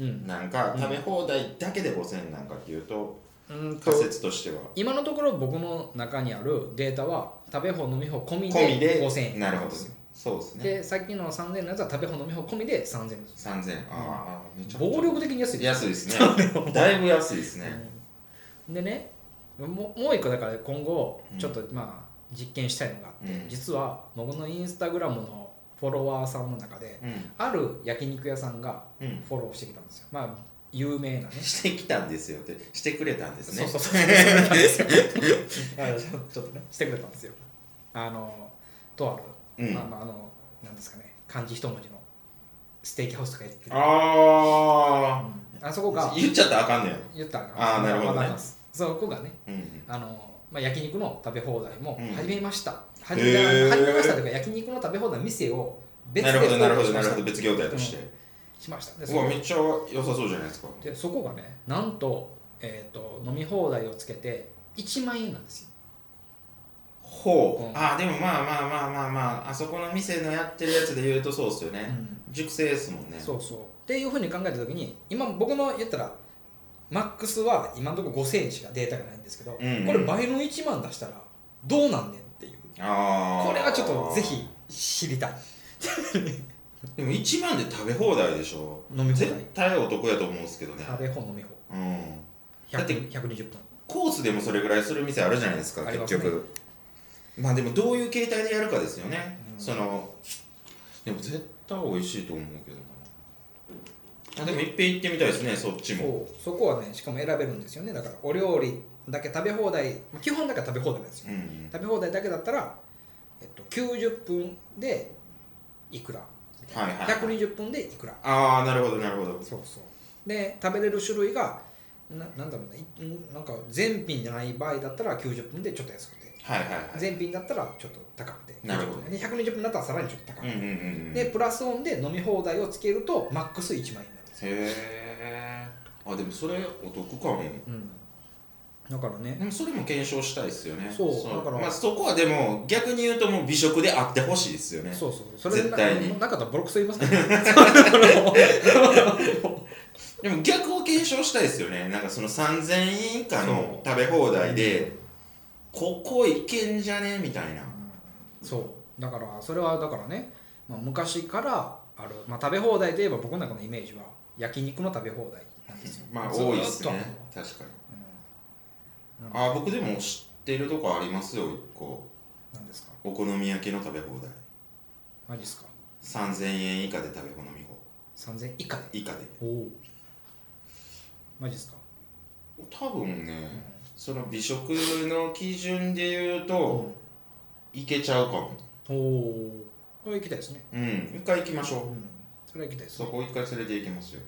[SPEAKER 2] 円なんか、食べ放題だけで5000円なんかっていうと
[SPEAKER 1] うーんと
[SPEAKER 2] 仮説としては
[SPEAKER 1] 今のところ僕の中にあるデータは食べ放飲み放込み
[SPEAKER 2] 込み
[SPEAKER 1] で
[SPEAKER 2] で
[SPEAKER 1] 5000円
[SPEAKER 2] なるほどそうですね
[SPEAKER 1] でさっきの3000円のやつは食べ放飲み放込みで3000円です
[SPEAKER 2] 3000円ああめちゃくちゃ
[SPEAKER 1] 暴力的に安い
[SPEAKER 2] 安いですねだいぶ安いで すね
[SPEAKER 1] でねもうもう一個だから今後
[SPEAKER 2] うん
[SPEAKER 1] ちょっとまあ実験したいのがあって、
[SPEAKER 2] うん
[SPEAKER 1] 実は僕のインスタグラムのフォロワーさんの中で
[SPEAKER 2] うん
[SPEAKER 1] ある焼肉屋さんが
[SPEAKER 2] うん
[SPEAKER 1] フォローしてきたんですよまあ有名 なね
[SPEAKER 2] してきたんですよってしてくれたんですね
[SPEAKER 1] そうそうそうそうなんですよはいちょちょっとね してくれたんですよあのとある、
[SPEAKER 2] うん
[SPEAKER 1] まあまああのなんですかね漢字一文字のステーキハウスとかやってる
[SPEAKER 2] あ
[SPEAKER 1] うんあそこが
[SPEAKER 2] あ言っちゃったらあかんねん
[SPEAKER 1] 言ったら
[SPEAKER 2] あーなるほど
[SPEAKER 1] ま
[SPEAKER 2] ね
[SPEAKER 1] だなんですそこがね
[SPEAKER 2] うん
[SPEAKER 1] あの、まあ、焼肉の食べ放題も
[SPEAKER 2] うん
[SPEAKER 1] 始めました、始
[SPEAKER 2] へ
[SPEAKER 1] め
[SPEAKER 2] ー
[SPEAKER 1] 始めましたというか焼肉の食べ放題の店を別で
[SPEAKER 2] なるほどなるほ
[SPEAKER 1] オ
[SPEAKER 2] ど
[SPEAKER 1] ープンしまし
[SPEAKER 2] なる
[SPEAKER 1] た
[SPEAKER 2] ほど別業態として、
[SPEAKER 1] しましたで
[SPEAKER 2] う
[SPEAKER 1] そ
[SPEAKER 2] わ
[SPEAKER 1] こ
[SPEAKER 2] めっちゃ良さそうじゃないですか
[SPEAKER 1] でそこがねなんと,、えー、と飲み放題をつけて1万円なんですよ
[SPEAKER 2] ほう、
[SPEAKER 1] うん
[SPEAKER 2] ああでもまあまあまあまあまああそこの店のやってるやつで言うとそうっすよね、熟成ですもんね
[SPEAKER 1] そうそうっていうふうに考えた時に今僕の言ったらマックスは今のところ5000円しかデータがないんですけど、
[SPEAKER 2] うんうん
[SPEAKER 1] これ倍の1万出したらどうなんねんっていう
[SPEAKER 2] ああ
[SPEAKER 1] これはちょっとぜひ知りたい
[SPEAKER 2] でも1万で食べ放題でしょ
[SPEAKER 1] 飲み放題
[SPEAKER 2] 絶対お得やと思うんですけどね
[SPEAKER 1] 食べ放飲み放
[SPEAKER 2] うんだって
[SPEAKER 1] 100 120分
[SPEAKER 2] コースでもそれぐらいする店あるじゃないですか
[SPEAKER 1] ありま
[SPEAKER 2] 結
[SPEAKER 1] すね
[SPEAKER 2] 局まあでもどういう形態でやるかですよね、
[SPEAKER 1] うん
[SPEAKER 2] そのでも絶対美味しいと思うけどなあでもいっぺん行ってみたいですねそっちも
[SPEAKER 1] そうそこはねしかも選べるんですよねだからお料理だけ食べ放題まあ基本だから食べ放題なんですよ
[SPEAKER 2] うんうん
[SPEAKER 1] 食べ放題だけだったら、えっと、90分でいくら
[SPEAKER 2] はいはい
[SPEAKER 1] 120分でいくら
[SPEAKER 2] ああなるほどなるほど
[SPEAKER 1] そうそうで食べれる種類がななんだろうないんなんか全品じゃない場合だったら90分でちょっと安くて
[SPEAKER 2] はいはいはい
[SPEAKER 1] 全品だったらちょっと高くて
[SPEAKER 2] なるほど
[SPEAKER 1] 90分で120分だったらさらにちょっと高
[SPEAKER 2] う
[SPEAKER 1] く
[SPEAKER 2] ん
[SPEAKER 1] て、
[SPEAKER 2] うんうんうん
[SPEAKER 1] で
[SPEAKER 2] へ
[SPEAKER 1] プラスオンで飲み放題をつけるとマックス1万円になるんですよ
[SPEAKER 2] えあでもそれお得かも
[SPEAKER 1] うんだからね
[SPEAKER 2] でもそれも検証したいですよね
[SPEAKER 1] そうだから
[SPEAKER 2] まあ、そこはでも逆に言うともう美食であってほしいですよね
[SPEAKER 1] そうそうそれ
[SPEAKER 2] 絶対に
[SPEAKER 1] ななかったらボロクソ言いますからね その
[SPEAKER 2] でも逆を検証したいですよねなんかその3000円以下の
[SPEAKER 1] そ
[SPEAKER 2] 食べ放題でここいけんじゃねみたいな
[SPEAKER 1] そうだからそれはだからね、まあ、昔からある、まあ、食べ放題といえば僕の中のイメージは焼肉の食べ放題なんですよ
[SPEAKER 2] まあ
[SPEAKER 1] ずー
[SPEAKER 2] 多いです
[SPEAKER 1] と
[SPEAKER 2] ね確かに
[SPEAKER 1] うん
[SPEAKER 2] あ僕でも知ってるとこありますよ一個
[SPEAKER 1] なんですか
[SPEAKER 2] お好み焼きの食べ放題
[SPEAKER 1] マジっすか
[SPEAKER 2] 3000円以下で食べ好み放
[SPEAKER 1] 3000以下で
[SPEAKER 2] 以下で
[SPEAKER 1] おおマジっすか
[SPEAKER 2] 多分ねその美食の基準で言うといけちゃうかも
[SPEAKER 1] おおそれ行きたいですね、
[SPEAKER 2] うん一回行きまし
[SPEAKER 1] う
[SPEAKER 2] ょ
[SPEAKER 1] ん、それは行きたいうです
[SPEAKER 2] そ
[SPEAKER 1] ね
[SPEAKER 2] こ一回連れて行きますよ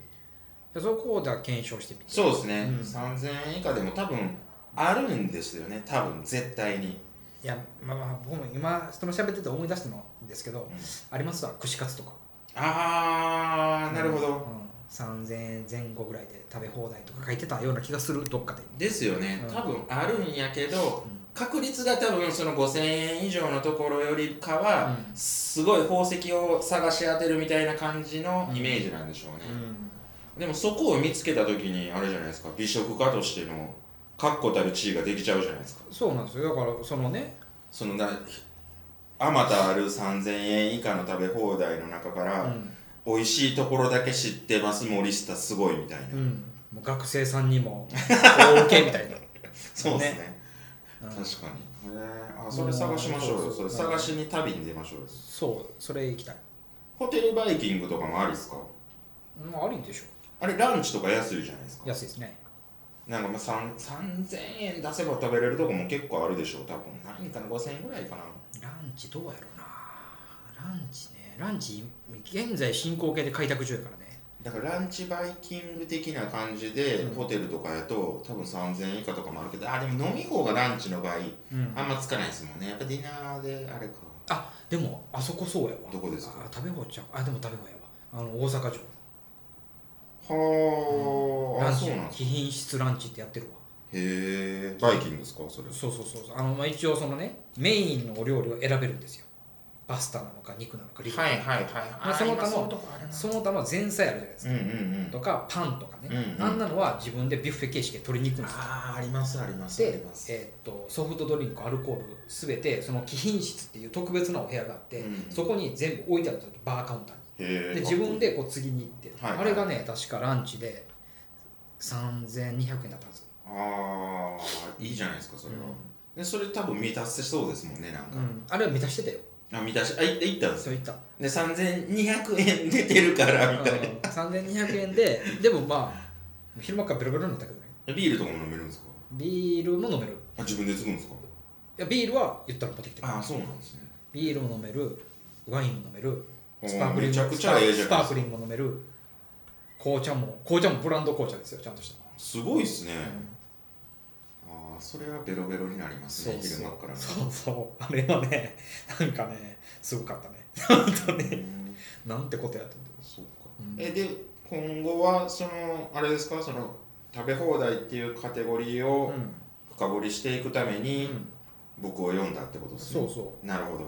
[SPEAKER 1] でそこをじゃあ検証してみて
[SPEAKER 2] そうですね、
[SPEAKER 1] うん
[SPEAKER 2] 3000円以下でも多分あるんですよね多分絶対に
[SPEAKER 1] いや、まあ、まあ僕も今その喋ってて思い出したのですけど、
[SPEAKER 2] ん
[SPEAKER 1] ありますわ串カツとか
[SPEAKER 2] ああなるほ
[SPEAKER 1] うん
[SPEAKER 2] ど、
[SPEAKER 1] 3000円前後ぐらいで食べ放題とか書いてたような気がするどっかで、
[SPEAKER 2] ですよね
[SPEAKER 1] うん
[SPEAKER 2] 多分あるんやけど、確率が多分その5000円以上のところよりかは、
[SPEAKER 1] うん
[SPEAKER 2] すごい宝石を探し当てるみたいな感じのイメージなんでしょうね、でもそこを見つけた時にあれじゃないですか美食家としての確固たる地位ができちゃうじゃないですか
[SPEAKER 1] そうなんですよだからそのね
[SPEAKER 2] そのなあまたある3000円以下の食べ放題の中から、
[SPEAKER 1] うん
[SPEAKER 2] 美味しいところだけ知ってます森下すごいみたいな、
[SPEAKER 1] うんもう学生さんにも大受けみたいな、
[SPEAKER 2] そうですね
[SPEAKER 1] うん
[SPEAKER 2] 確かにへえあそれ探しましょう
[SPEAKER 1] うん
[SPEAKER 2] よそれ探しに旅に出ましょうよ
[SPEAKER 1] そうそれ行きたい
[SPEAKER 2] ホテルバイキングとかもありですか
[SPEAKER 1] まあありでしょ
[SPEAKER 2] あれランチとか安いじゃないですか
[SPEAKER 1] 安いですね
[SPEAKER 2] なんかまあさん3000円出せば食べれるとこも結構あるでしょう多分何かな5000円ぐらいかな
[SPEAKER 1] ランチどうやろうなランチねランチ現在進行形で開拓中やからね
[SPEAKER 2] だからランチバイキング的な感じで、ホテルとかやと多分3000円以下とかもあるけどあでも飲み方がランチの場合、
[SPEAKER 1] うん
[SPEAKER 2] あんまつかないですもんねやっぱディナーであれか
[SPEAKER 1] あでもあそこそうやわ
[SPEAKER 2] どこですか
[SPEAKER 1] あ食べ放ちゃうあでも食べ放やわあの大阪城
[SPEAKER 2] はあ、
[SPEAKER 1] ラ
[SPEAKER 2] あ
[SPEAKER 1] ンチ
[SPEAKER 2] そうなんです
[SPEAKER 1] 貴
[SPEAKER 2] か
[SPEAKER 1] 賓室ランチってやってるわ
[SPEAKER 2] へえバイキングですかそれ
[SPEAKER 1] そうそうそうそうあの、まあ、一応そのねメインのお料理を選べるんですよパスタなのか肉なのかリ
[SPEAKER 2] はいはいはい、
[SPEAKER 1] あその他の
[SPEAKER 2] 今そういうとこあるな
[SPEAKER 1] その他の前菜あるじゃないです
[SPEAKER 2] う
[SPEAKER 1] か、
[SPEAKER 2] んうんうん
[SPEAKER 1] とかパンとかね、
[SPEAKER 2] うんうん
[SPEAKER 1] あんなのは自分でビュッフェ形式で取りに行くんですよ
[SPEAKER 2] ああありますありますあり
[SPEAKER 1] で
[SPEAKER 2] ます
[SPEAKER 1] えー、とソフトドリンクアルコールすべてその貴賓室っていう特別なお部屋があって、
[SPEAKER 2] うん
[SPEAKER 1] そこに全部置いてあるんですよバーカウンターに
[SPEAKER 2] へえ
[SPEAKER 1] で自分でこう次に行って、
[SPEAKER 2] はい
[SPEAKER 1] あれがね確かランチで3200円だったはず、
[SPEAKER 2] ああいいじゃないですかそれは、でそれ多分満たせそうですもんねなん
[SPEAKER 1] う
[SPEAKER 2] か、
[SPEAKER 1] ん、あれは満たしてたよ
[SPEAKER 2] あ満たしあい行ったんです
[SPEAKER 1] そういった
[SPEAKER 2] で3200円出てるからみたい
[SPEAKER 1] 3200円で でもまあ昼間からベロベロになったけどね
[SPEAKER 2] なビールとかも飲めるんですか
[SPEAKER 1] ビールも飲める
[SPEAKER 2] あ自分で作るんですか
[SPEAKER 1] いやビールは言ったら持ってきてる
[SPEAKER 2] ああそうなんですね
[SPEAKER 1] ビールも飲めるワインも飲める
[SPEAKER 2] おー
[SPEAKER 1] スパークリン
[SPEAKER 2] め
[SPEAKER 1] グ
[SPEAKER 2] ちゃくちゃええじゃ
[SPEAKER 1] スパ
[SPEAKER 2] ないで
[SPEAKER 1] ー
[SPEAKER 2] す
[SPEAKER 1] クリ
[SPEAKER 2] か
[SPEAKER 1] ングも飲める紅茶も紅茶もブランド紅茶ですよちゃんとした
[SPEAKER 2] すごいっすね、ああそれはベロベロになりますね昼間からね
[SPEAKER 1] そうそうあれはね なんかねすごかったね本当
[SPEAKER 2] う
[SPEAKER 1] に
[SPEAKER 2] ん
[SPEAKER 1] なんてことやと思って
[SPEAKER 2] そうか、
[SPEAKER 1] うん
[SPEAKER 2] えで今後はそのあれですかその食べ放題っていうカテゴリーを
[SPEAKER 1] うん
[SPEAKER 2] 深掘りしていくために
[SPEAKER 1] うん
[SPEAKER 2] 僕を読んだってことですね、
[SPEAKER 1] そうそ
[SPEAKER 2] なるほど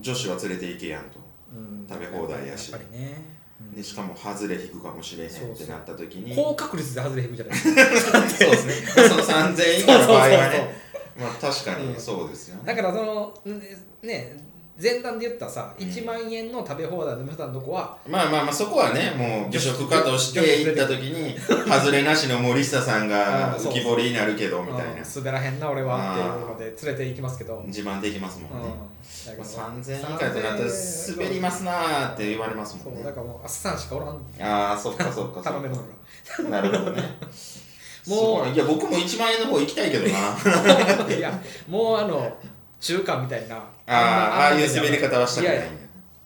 [SPEAKER 2] 女子は連れて行けやんと、
[SPEAKER 1] うん
[SPEAKER 2] 食べ放題やし
[SPEAKER 1] やっぱりね、うん
[SPEAKER 2] でしかも外れ引くかもしれへんっ
[SPEAKER 1] そうそ
[SPEAKER 2] て
[SPEAKER 1] う
[SPEAKER 2] なった時に
[SPEAKER 1] 高確率で外れ引くじゃないですか
[SPEAKER 2] そうですねその3000円以下の場合はね
[SPEAKER 1] そうそうそう
[SPEAKER 2] まあ確か
[SPEAKER 1] う
[SPEAKER 2] に
[SPEAKER 1] ん
[SPEAKER 2] そうですよね、
[SPEAKER 1] だからそのんね前段で言ったさ
[SPEAKER 2] うん
[SPEAKER 1] 1万円の食べ放題の無駄のとこは
[SPEAKER 2] まあまあまあそこはねもう美食家として行った時に外れなしの森下さんが浮き彫りになるけどみたいな
[SPEAKER 1] うん滑らへんな俺はっていうので連れて行きますけど、うん
[SPEAKER 2] 自慢できますもんね、
[SPEAKER 1] だけ
[SPEAKER 2] ま
[SPEAKER 1] ど
[SPEAKER 2] あ、3000以下となったら滑りますなーって言われますもん
[SPEAKER 1] そう
[SPEAKER 2] ね
[SPEAKER 1] だからもうあっさんしかおらん
[SPEAKER 2] ああそっかそっかそ
[SPEAKER 1] 頼めるの
[SPEAKER 2] っ
[SPEAKER 1] が
[SPEAKER 2] かなるほどね
[SPEAKER 1] もう
[SPEAKER 2] もういや僕も1万円の方行きたいけどな
[SPEAKER 1] いやもうあの中華みたいな
[SPEAKER 2] ああああいう滑り方はしたくない
[SPEAKER 1] やや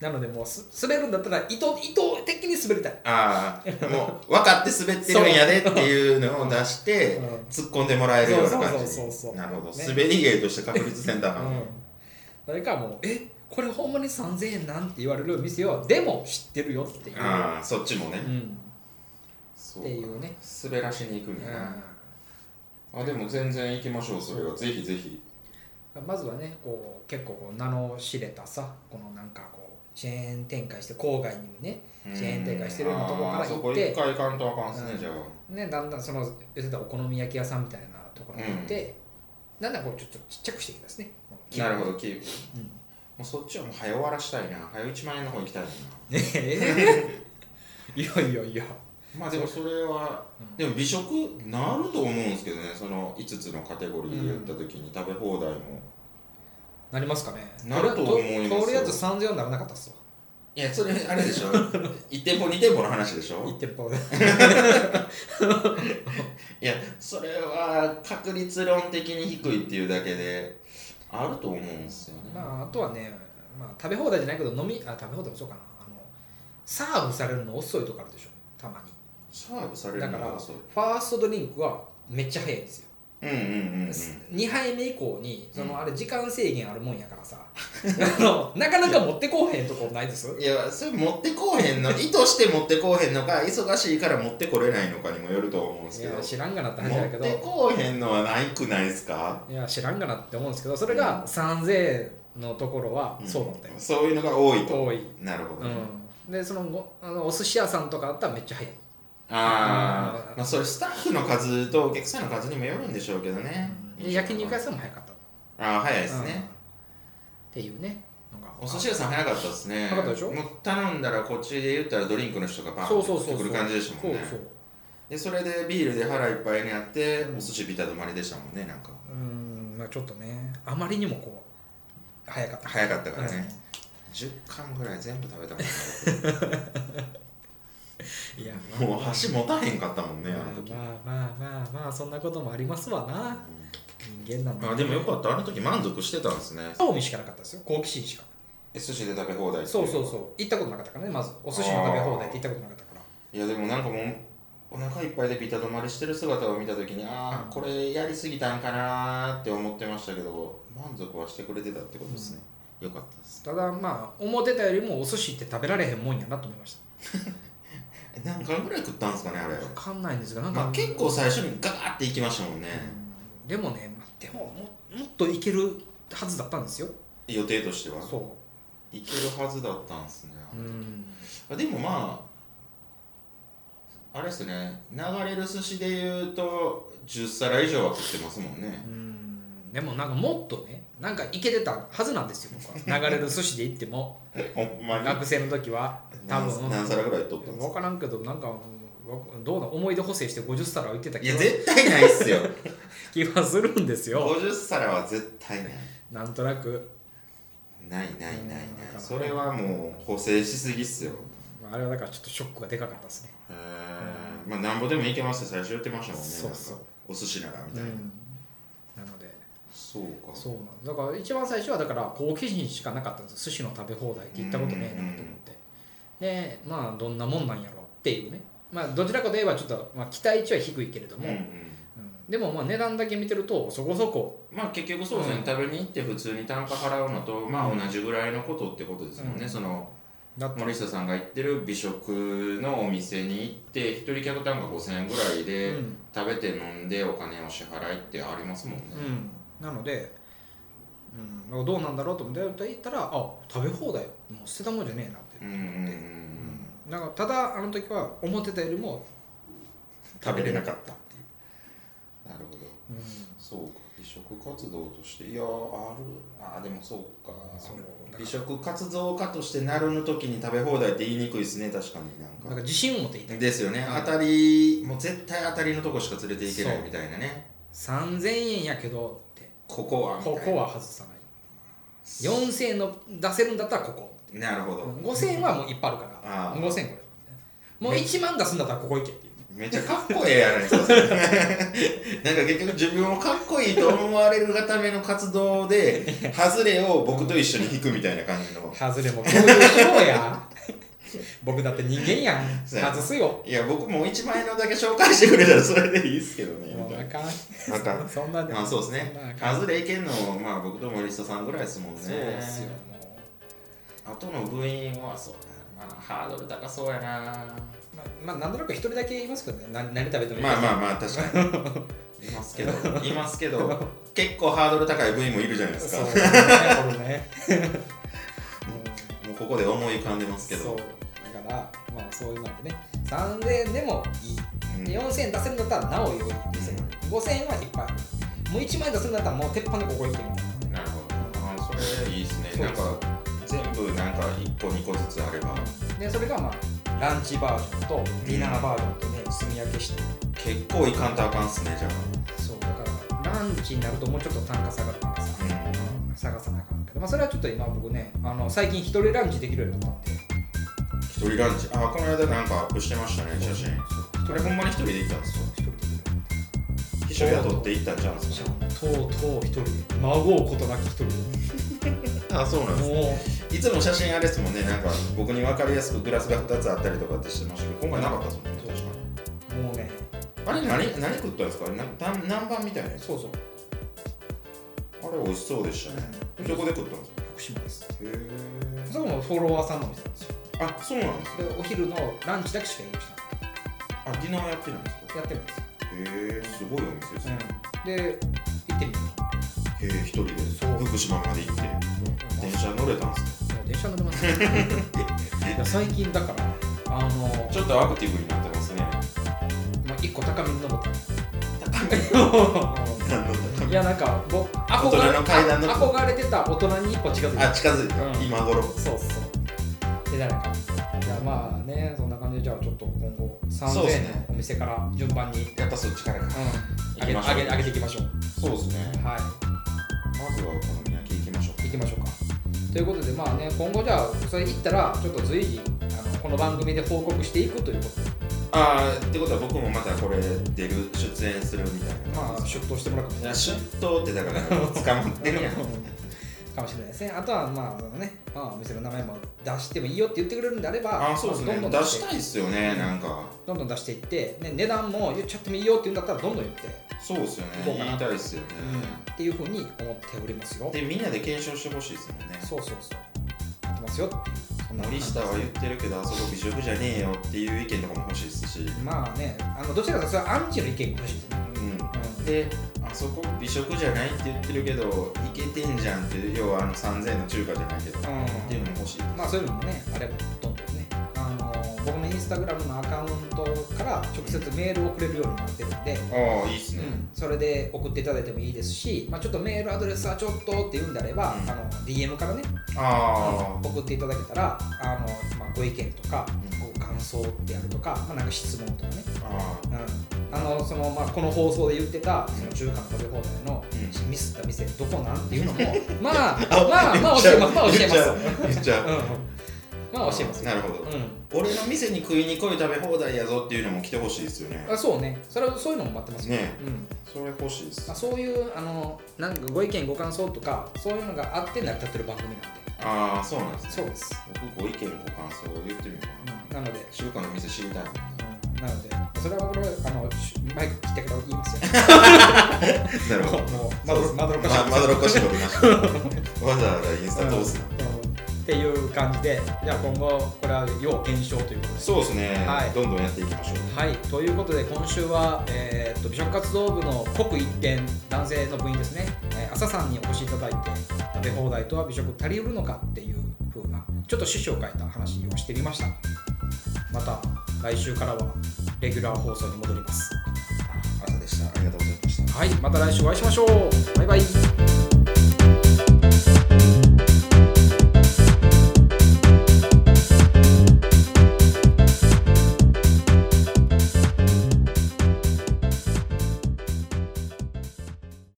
[SPEAKER 1] なのでもうす滑るんだったら意図意図的に滑りたい
[SPEAKER 2] ああもう分かって滑ってるんやでっていうのを出して
[SPEAKER 1] うん
[SPEAKER 2] 突っ込んでもらえるような感じ
[SPEAKER 1] そうそうそうそう
[SPEAKER 2] なるほど、
[SPEAKER 1] ね
[SPEAKER 2] 滑り芸として確立せんだな、
[SPEAKER 1] うん、それかもう「えこれほんまに3000円なん?」て言われる店はでも知ってるよっていう、
[SPEAKER 2] ああそっちもね、
[SPEAKER 1] うん、
[SPEAKER 2] そ
[SPEAKER 1] っていうね
[SPEAKER 2] 滑らしに行くんやな、あでも全然行きましょうそれはぜひぜひ
[SPEAKER 1] うんまずはねこう結構こう名の知れたさこのなんかこうチェーン展開して郊外にもねチェーン展開してるようなとこから行って
[SPEAKER 2] あーそこ一回行かんとあかんっすね、
[SPEAKER 1] うん
[SPEAKER 2] じゃあ
[SPEAKER 1] ねだんだんその言ってたお好み焼き屋さんみたいなところに行って、だんだんこうちょっとちっちゃくしていきますね
[SPEAKER 2] なる
[SPEAKER 1] ほ
[SPEAKER 2] ほど、キープ。
[SPEAKER 1] うん
[SPEAKER 2] もうそっちはもう早終わらしたいな。早1万円の方行きたいな。
[SPEAKER 1] どいやいやいや
[SPEAKER 2] まあでもそれは、
[SPEAKER 1] うん
[SPEAKER 2] でも美食なると思うんですけどね、その5つのカテゴリーで言った時に食べ放題も。
[SPEAKER 1] なりますかね
[SPEAKER 2] なると思いますよ
[SPEAKER 1] とりあえず3000円ならなかったっすわ
[SPEAKER 2] いや、それあれでし ょ。1店舗、2店舗の話でしょ
[SPEAKER 1] 1。店舗で
[SPEAKER 2] いや、それは確率論的に低いっていうだけで、あると思うんですよ ね。
[SPEAKER 1] まあ、あとはね、まあ、食べ放題じゃないけど飲みあ食べ放題もそうかなあのサーブされるの遅いとかあるでしょたまに
[SPEAKER 2] サーブされる
[SPEAKER 1] だ
[SPEAKER 2] の
[SPEAKER 1] から
[SPEAKER 2] が
[SPEAKER 1] フ
[SPEAKER 2] 遅い。
[SPEAKER 1] ァーストドリンクはめっちゃ早いんですよ、
[SPEAKER 2] うんうんうんうん。
[SPEAKER 1] 2杯目以降にそ
[SPEAKER 2] うん
[SPEAKER 1] のあれ時間制限あるもんやからさ あのなかなか持ってこうへんとこないです
[SPEAKER 2] いやそれ持ってこうへんの意図して持ってこうへんのか忙しいから持ってこれないのかにもよると思うんです
[SPEAKER 1] い
[SPEAKER 2] けど
[SPEAKER 1] や知らんがなって話
[SPEAKER 2] 持
[SPEAKER 1] だ
[SPEAKER 2] っ
[SPEAKER 1] けど
[SPEAKER 2] てこうへんのはないくないですか
[SPEAKER 1] いや知らんがなって思うんですけどそれが3000円のところはそうだったよ
[SPEAKER 2] ん、そういうのが多いと
[SPEAKER 1] 遠い、
[SPEAKER 2] なるほど、
[SPEAKER 1] うん、でそのごあのお寿司屋さんとかあったらめっちゃ早い
[SPEAKER 2] あー
[SPEAKER 1] うん
[SPEAKER 2] まあそれスタッフの数とお客さんの数にもよるんでしょうけどね、
[SPEAKER 1] で焼肉屋さんも早かった
[SPEAKER 2] ああ早いです
[SPEAKER 1] うん
[SPEAKER 2] ね、
[SPEAKER 1] っていうねのが
[SPEAKER 2] お寿司屋さん早かったですね
[SPEAKER 1] 早かったでしょ
[SPEAKER 2] もう頼んだらこっちで言ったらドリンクの人がパン
[SPEAKER 1] そうそうそう
[SPEAKER 2] 来
[SPEAKER 1] そう
[SPEAKER 2] る感じでしたもんね
[SPEAKER 1] そうそう
[SPEAKER 2] でそれでビールで腹いっぱいになって、
[SPEAKER 1] うん
[SPEAKER 2] お寿司ビタ止まりでしたもんねなんか
[SPEAKER 1] うーんまあちょっとねあまりにもこう早かった
[SPEAKER 2] 早かったからね、
[SPEAKER 1] うん
[SPEAKER 2] 10巻ぐらい全部食べたもんね
[SPEAKER 1] いや
[SPEAKER 2] もう箸持たへんかったもんね、あの時。
[SPEAKER 1] まあまあまあまあまあそんなこともありますわな人間なんだ
[SPEAKER 2] あ、でもよかった、あの時満足してたんですね。
[SPEAKER 1] 興味しかなかったですよ好奇心しか
[SPEAKER 2] え、寿司で食べ放題
[SPEAKER 1] そうそう
[SPEAKER 2] う。
[SPEAKER 1] そう行ったことなかったからねまずお寿司の食べ放題って行ったことなかったから
[SPEAKER 2] いやでもなんかもうお腹いっぱいでビタ止まりしてる姿を見た時にああこれやりすぎたんかなーって思ってましたけど満足はしてくれてたってことですね、よかったです
[SPEAKER 1] ただまあ思ってたよりもお寿司って食べられへんもんやなと思いまし
[SPEAKER 2] え何貫ぐらい食ったんですかねあれ
[SPEAKER 1] たわかんないんですがなん
[SPEAKER 2] ま
[SPEAKER 1] か
[SPEAKER 2] あ、結構最初にガーっていきましたもんね、
[SPEAKER 1] でもね、まあでもももっといけるはずだったんですよ
[SPEAKER 2] 予定としては
[SPEAKER 1] そ
[SPEAKER 2] いけるはずだったんですね、
[SPEAKER 1] ううん
[SPEAKER 2] あでもまああれですね流れる寿司でいうと10皿以上は食ってますもんね
[SPEAKER 1] うんでもなんかもっとねなんかいけてたはずなんですよ僕は流れる寿司で行っても
[SPEAKER 2] ほん まに
[SPEAKER 1] 学生の時は多
[SPEAKER 2] 何
[SPEAKER 1] 分
[SPEAKER 2] 何皿ぐらい取ったんです
[SPEAKER 1] 分
[SPEAKER 2] か
[SPEAKER 1] からんけどなんかわどうだ思い出補正して50皿置いてた
[SPEAKER 2] い
[SPEAKER 1] 気
[SPEAKER 2] や
[SPEAKER 1] は
[SPEAKER 2] 絶対ないっす よ
[SPEAKER 1] 気はするんですよ
[SPEAKER 2] 50皿は絶対ない
[SPEAKER 1] なんとなく
[SPEAKER 2] ないないないない
[SPEAKER 1] うん
[SPEAKER 2] それはもう補正しすぎっすよ
[SPEAKER 1] まああれはだからちょっとショックがでかかったですね
[SPEAKER 2] へえまあなんぼでもいけますって最初言ってましたもんね
[SPEAKER 1] そうそう
[SPEAKER 2] なんかお寿司ならみたいな、
[SPEAKER 1] なので
[SPEAKER 2] そうか
[SPEAKER 1] そうなんですだから一番最初はだから好奇心しかなかったんです寿司の食べ放題って言ったことねえなと思ってでまあどんなもんなんやろうっていうねまあどちらかといえばちょっと、まあ、期待値は低いけれども、
[SPEAKER 2] うんう
[SPEAKER 1] うん
[SPEAKER 2] ん
[SPEAKER 1] でもまあ値段だけ見てるとそこそこ、
[SPEAKER 2] まあ結局そうですね、
[SPEAKER 1] うん
[SPEAKER 2] 食べに行って普通に単価払うのとまあ同じぐらいのことってことですもんね、
[SPEAKER 1] うん
[SPEAKER 2] その
[SPEAKER 1] だった
[SPEAKER 2] 森下さんが行ってる美食のお店に行って一人客単価5000円ぐらいで
[SPEAKER 1] うん
[SPEAKER 2] 食べて飲んでお金を支払いってありますもんね、
[SPEAKER 1] うん、なので、うん、だからどうなんだろうと思って行ったらあ食べ放題もう捨てたもんじゃねえなって
[SPEAKER 2] うん、うんうんうん
[SPEAKER 1] うんなんかただあの時は思ってたよりも
[SPEAKER 2] 食べれなかった
[SPEAKER 1] っていう、
[SPEAKER 2] なるほど
[SPEAKER 1] うん、
[SPEAKER 2] そうか美食活動としていやーあるあーでもそうか
[SPEAKER 1] そう
[SPEAKER 2] 美食活動家としてなるの時に食べ放題って言いにくいですね確かに
[SPEAKER 1] だ
[SPEAKER 2] なん
[SPEAKER 1] か
[SPEAKER 2] から
[SPEAKER 1] 自信を持っていた
[SPEAKER 2] ですよね
[SPEAKER 1] うん
[SPEAKER 2] 当たりもう絶対当たりのとこしか連れていけない
[SPEAKER 1] そう
[SPEAKER 2] みたいなね
[SPEAKER 1] 3000円やけどって
[SPEAKER 2] ここはみたい
[SPEAKER 1] こ
[SPEAKER 2] な
[SPEAKER 1] こは外さない4000円の出せるんだったらここ
[SPEAKER 2] なるほど、
[SPEAKER 1] 5000円はもういっぱいあるか
[SPEAKER 2] あ
[SPEAKER 1] ら
[SPEAKER 2] ー
[SPEAKER 1] 5000円これもう1万出すんだったらここ行けっていう
[SPEAKER 2] めっちゃかっこええやないですかそれなんか結局自分をかっこいいと思われるがための活動で外れを僕と一緒に引くみたいな感じの
[SPEAKER 1] 外れも共有しようや僕だって人間やん
[SPEAKER 2] そうや
[SPEAKER 1] 外すよ
[SPEAKER 2] いや僕も1万円のだけ紹介してくれたらそれでいいっすけどね
[SPEAKER 1] も
[SPEAKER 2] み
[SPEAKER 1] う
[SPEAKER 2] た
[SPEAKER 1] あ
[SPEAKER 2] い
[SPEAKER 1] かん
[SPEAKER 2] ななんか
[SPEAKER 1] そんなで
[SPEAKER 2] まあそうですね
[SPEAKER 1] そんなあかん
[SPEAKER 2] 外れいけんのまあ僕と森下さんぐらいですもんね
[SPEAKER 1] そうですよも
[SPEAKER 2] あとの部員はそうだなまあハードル高そうやな
[SPEAKER 1] うまあ、まあ、なんとなく一人だけいますけどねな何食べてもいい
[SPEAKER 2] まあまあまあ確かに いますけどいますけど結構ハードル高い部員もいるじゃないです
[SPEAKER 1] そう
[SPEAKER 2] か
[SPEAKER 1] ねこれね
[SPEAKER 2] もうここで思い浮かんでま
[SPEAKER 1] うん
[SPEAKER 2] す け
[SPEAKER 1] そう
[SPEAKER 2] ど
[SPEAKER 1] だからまあそういうのでね3000円でもいい
[SPEAKER 2] うん
[SPEAKER 1] で4000円出せるんだったらなお良いですよ5000円はいっぱいあるもう1万円出せるんだったらもう鉄板でここ行ってみたい
[SPEAKER 2] なるほど。あーそれいいですね。
[SPEAKER 1] そう
[SPEAKER 2] なんか全部なんか一個二個ずつあれば
[SPEAKER 1] なでそれがまあランチバージョンとディナーバージョンとね積み分けして
[SPEAKER 2] 結構いかんとあかんっすねじゃ
[SPEAKER 1] そうだからランチになるともうちょっと単価下がるからさ
[SPEAKER 2] あ。
[SPEAKER 1] 探さなあかんけど、まあ、それはちょっと今僕ねあの最近一人ランチできるようになったんで
[SPEAKER 2] 一人ランチ。あーこの間なんかアップしてましたね写真。それほんまに一人で行ったんですよ。
[SPEAKER 1] 一人で
[SPEAKER 2] 秘書雇って行ったんじゃうんですか。
[SPEAKER 1] とうとう一人で孫うことなき一人で
[SPEAKER 2] あそうなんです。
[SPEAKER 1] もう
[SPEAKER 2] いつも写真あれですもんね。なんか僕に分かりやすくグラスが二つあったりとかってしてましたけど今回なかったですもんね。確かに。
[SPEAKER 1] もうね
[SPEAKER 2] あれ何何食ったんですか。あれな南南蛮みたいなやつ。
[SPEAKER 1] そうそう
[SPEAKER 2] あれ美味しそうでしたね。どこで食ったんですか。
[SPEAKER 1] 福島です
[SPEAKER 2] へえ。
[SPEAKER 1] そこもフォロワーさんのお店なんですよ
[SPEAKER 2] あそうなんです。
[SPEAKER 1] でお昼のランチだけしか営業してな
[SPEAKER 2] あディナーやってるんですか。
[SPEAKER 1] いやってるんですよ、
[SPEAKER 2] へえすごいお店ですね、
[SPEAKER 1] で行ってみた
[SPEAKER 2] へえ一人で
[SPEAKER 1] そう
[SPEAKER 2] 福島まで行って電車乗れたんですか
[SPEAKER 1] いや電車乗れますね いや最近だからあの、
[SPEAKER 2] ちょっとアクティブになってますね
[SPEAKER 1] まあ、一個高めに登った
[SPEAKER 2] 何の
[SPEAKER 1] いやなんか僕
[SPEAKER 2] 大人の階段の
[SPEAKER 1] 憧れてた大人に一歩近づい
[SPEAKER 2] あ
[SPEAKER 1] た
[SPEAKER 2] 近づいた、
[SPEAKER 1] うん
[SPEAKER 2] 今頃
[SPEAKER 1] そうそうでなんかいやまあねそんな感じでじゃあちょっと今後
[SPEAKER 2] そう
[SPEAKER 1] 3000
[SPEAKER 2] です
[SPEAKER 1] 円
[SPEAKER 2] ね
[SPEAKER 1] のお店から順番に、
[SPEAKER 2] やっぱそっちからか
[SPEAKER 1] うん、上げ
[SPEAKER 2] 行きましょう
[SPEAKER 1] 上げ上げていきましょう
[SPEAKER 2] そうですね
[SPEAKER 1] は
[SPEAKER 2] まずはお好み焼き行きましょう
[SPEAKER 1] い行きましょうかということでまあね今後じゃあそれ行ったらちょっと随時あのこの番組で報告していくということで
[SPEAKER 2] ああってことは僕もまたこれ出る出演するみたいな
[SPEAKER 1] まあ出頭してもらうかもし
[SPEAKER 2] い
[SPEAKER 1] れな
[SPEAKER 2] や
[SPEAKER 1] い
[SPEAKER 2] 出頭ってだから捕まってるやん
[SPEAKER 1] うんかもしれないですねあとはまあそのね、まあ、お店の名前も出してもいいよって言ってくれるんであれば
[SPEAKER 2] あそうです
[SPEAKER 1] ど
[SPEAKER 2] ね
[SPEAKER 1] んどん
[SPEAKER 2] 出
[SPEAKER 1] 出し
[SPEAKER 2] してたいっすよねなんか
[SPEAKER 1] どんどん出していって、ね、値段も言っちゃってもいいよって言うんだったらどんどん言って、
[SPEAKER 2] そうですよね
[SPEAKER 1] 行こうかな
[SPEAKER 2] 言いたいっすよね、
[SPEAKER 1] っていうふうに思っておりますよ
[SPEAKER 2] でみんなで検証してほしいですもんね
[SPEAKER 1] そうそうそう言ってますよっていうそんな
[SPEAKER 2] 森下は言ってるけどあそこ美食じゃねえよっていう意見とかも欲しいですし、
[SPEAKER 1] まあねあのどちらかというとそれはアンチの意見が欲しいですね
[SPEAKER 2] うん、であそこ美食じゃないって言ってるけどいけてんじゃんって要はあの3000円の中華じゃないけど、
[SPEAKER 1] うん
[SPEAKER 2] っていうのも欲しい
[SPEAKER 1] まあそういうのもねあればどんどんねあの僕のインスタグラムのアカウントから直接メールをくれるようになってるんで、
[SPEAKER 2] ああいいっすね、
[SPEAKER 1] それで送っていただいてもいいですし、まあ、ちょっとメールアドレスはちょっとって言うんであれば、
[SPEAKER 2] うん
[SPEAKER 1] あの DM からね
[SPEAKER 2] ああ
[SPEAKER 1] 送っていただけたらあの、まあ、ご意見とか、
[SPEAKER 2] う
[SPEAKER 1] ご感想であるとか,、まあ、なんか質問とかね、
[SPEAKER 2] あ
[SPEAKER 1] うんあのそのまあ、この放送で言ってたその中華の食べ放題の
[SPEAKER 2] う
[SPEAKER 1] ミスった店どこなんっていうの もまあま
[SPEAKER 2] あ
[SPEAKER 1] あまあ教えますまあ教えます、
[SPEAKER 2] 言っちゃ
[SPEAKER 1] う
[SPEAKER 2] うん言っちゃう
[SPEAKER 1] うん、まあ教えますよ
[SPEAKER 2] なるほど、
[SPEAKER 1] うん
[SPEAKER 2] 俺の店に食いに来い食べ放題やぞっていうのも来てほしいですよね
[SPEAKER 1] あそうねそれはそういうのも待ってますよ、
[SPEAKER 2] ね
[SPEAKER 1] うん
[SPEAKER 2] それ欲しいです
[SPEAKER 1] ま
[SPEAKER 2] あ
[SPEAKER 1] あ、そういうあのなんかご意見ご感想とかそういうのがあって成り立ってる番組なんで
[SPEAKER 2] あーそうなんですね
[SPEAKER 1] そうです、
[SPEAKER 2] 僕ご意見ご感想を言ってみようかな
[SPEAKER 1] なので、
[SPEAKER 2] 中華の店知りたいもんな
[SPEAKER 1] うんなのでそれはこれあのしマイク切ってから言いますよ
[SPEAKER 2] なるほど
[SPEAKER 1] もうまどろまどろっこしい
[SPEAKER 2] ままどろっこしいことなしわざわざインスタ通すな、
[SPEAKER 1] うんっていう感じでじゃあ今後これは要検証ということで
[SPEAKER 2] そうですね、
[SPEAKER 1] はい
[SPEAKER 2] どんどんやっていきましょう
[SPEAKER 1] はいということで今週は、えーっと美食活動部の刻一点男性の部員ですね、えー朝さんにお越しいただいて食べ放題とは美食足りうるのかっていう風なちょっと趣旨を変えた話をしてみましたまた来週からはレギュラー放送に戻ります
[SPEAKER 2] 朝でしたありがとうございました
[SPEAKER 1] はいまた来週お会いしましょうバイバイ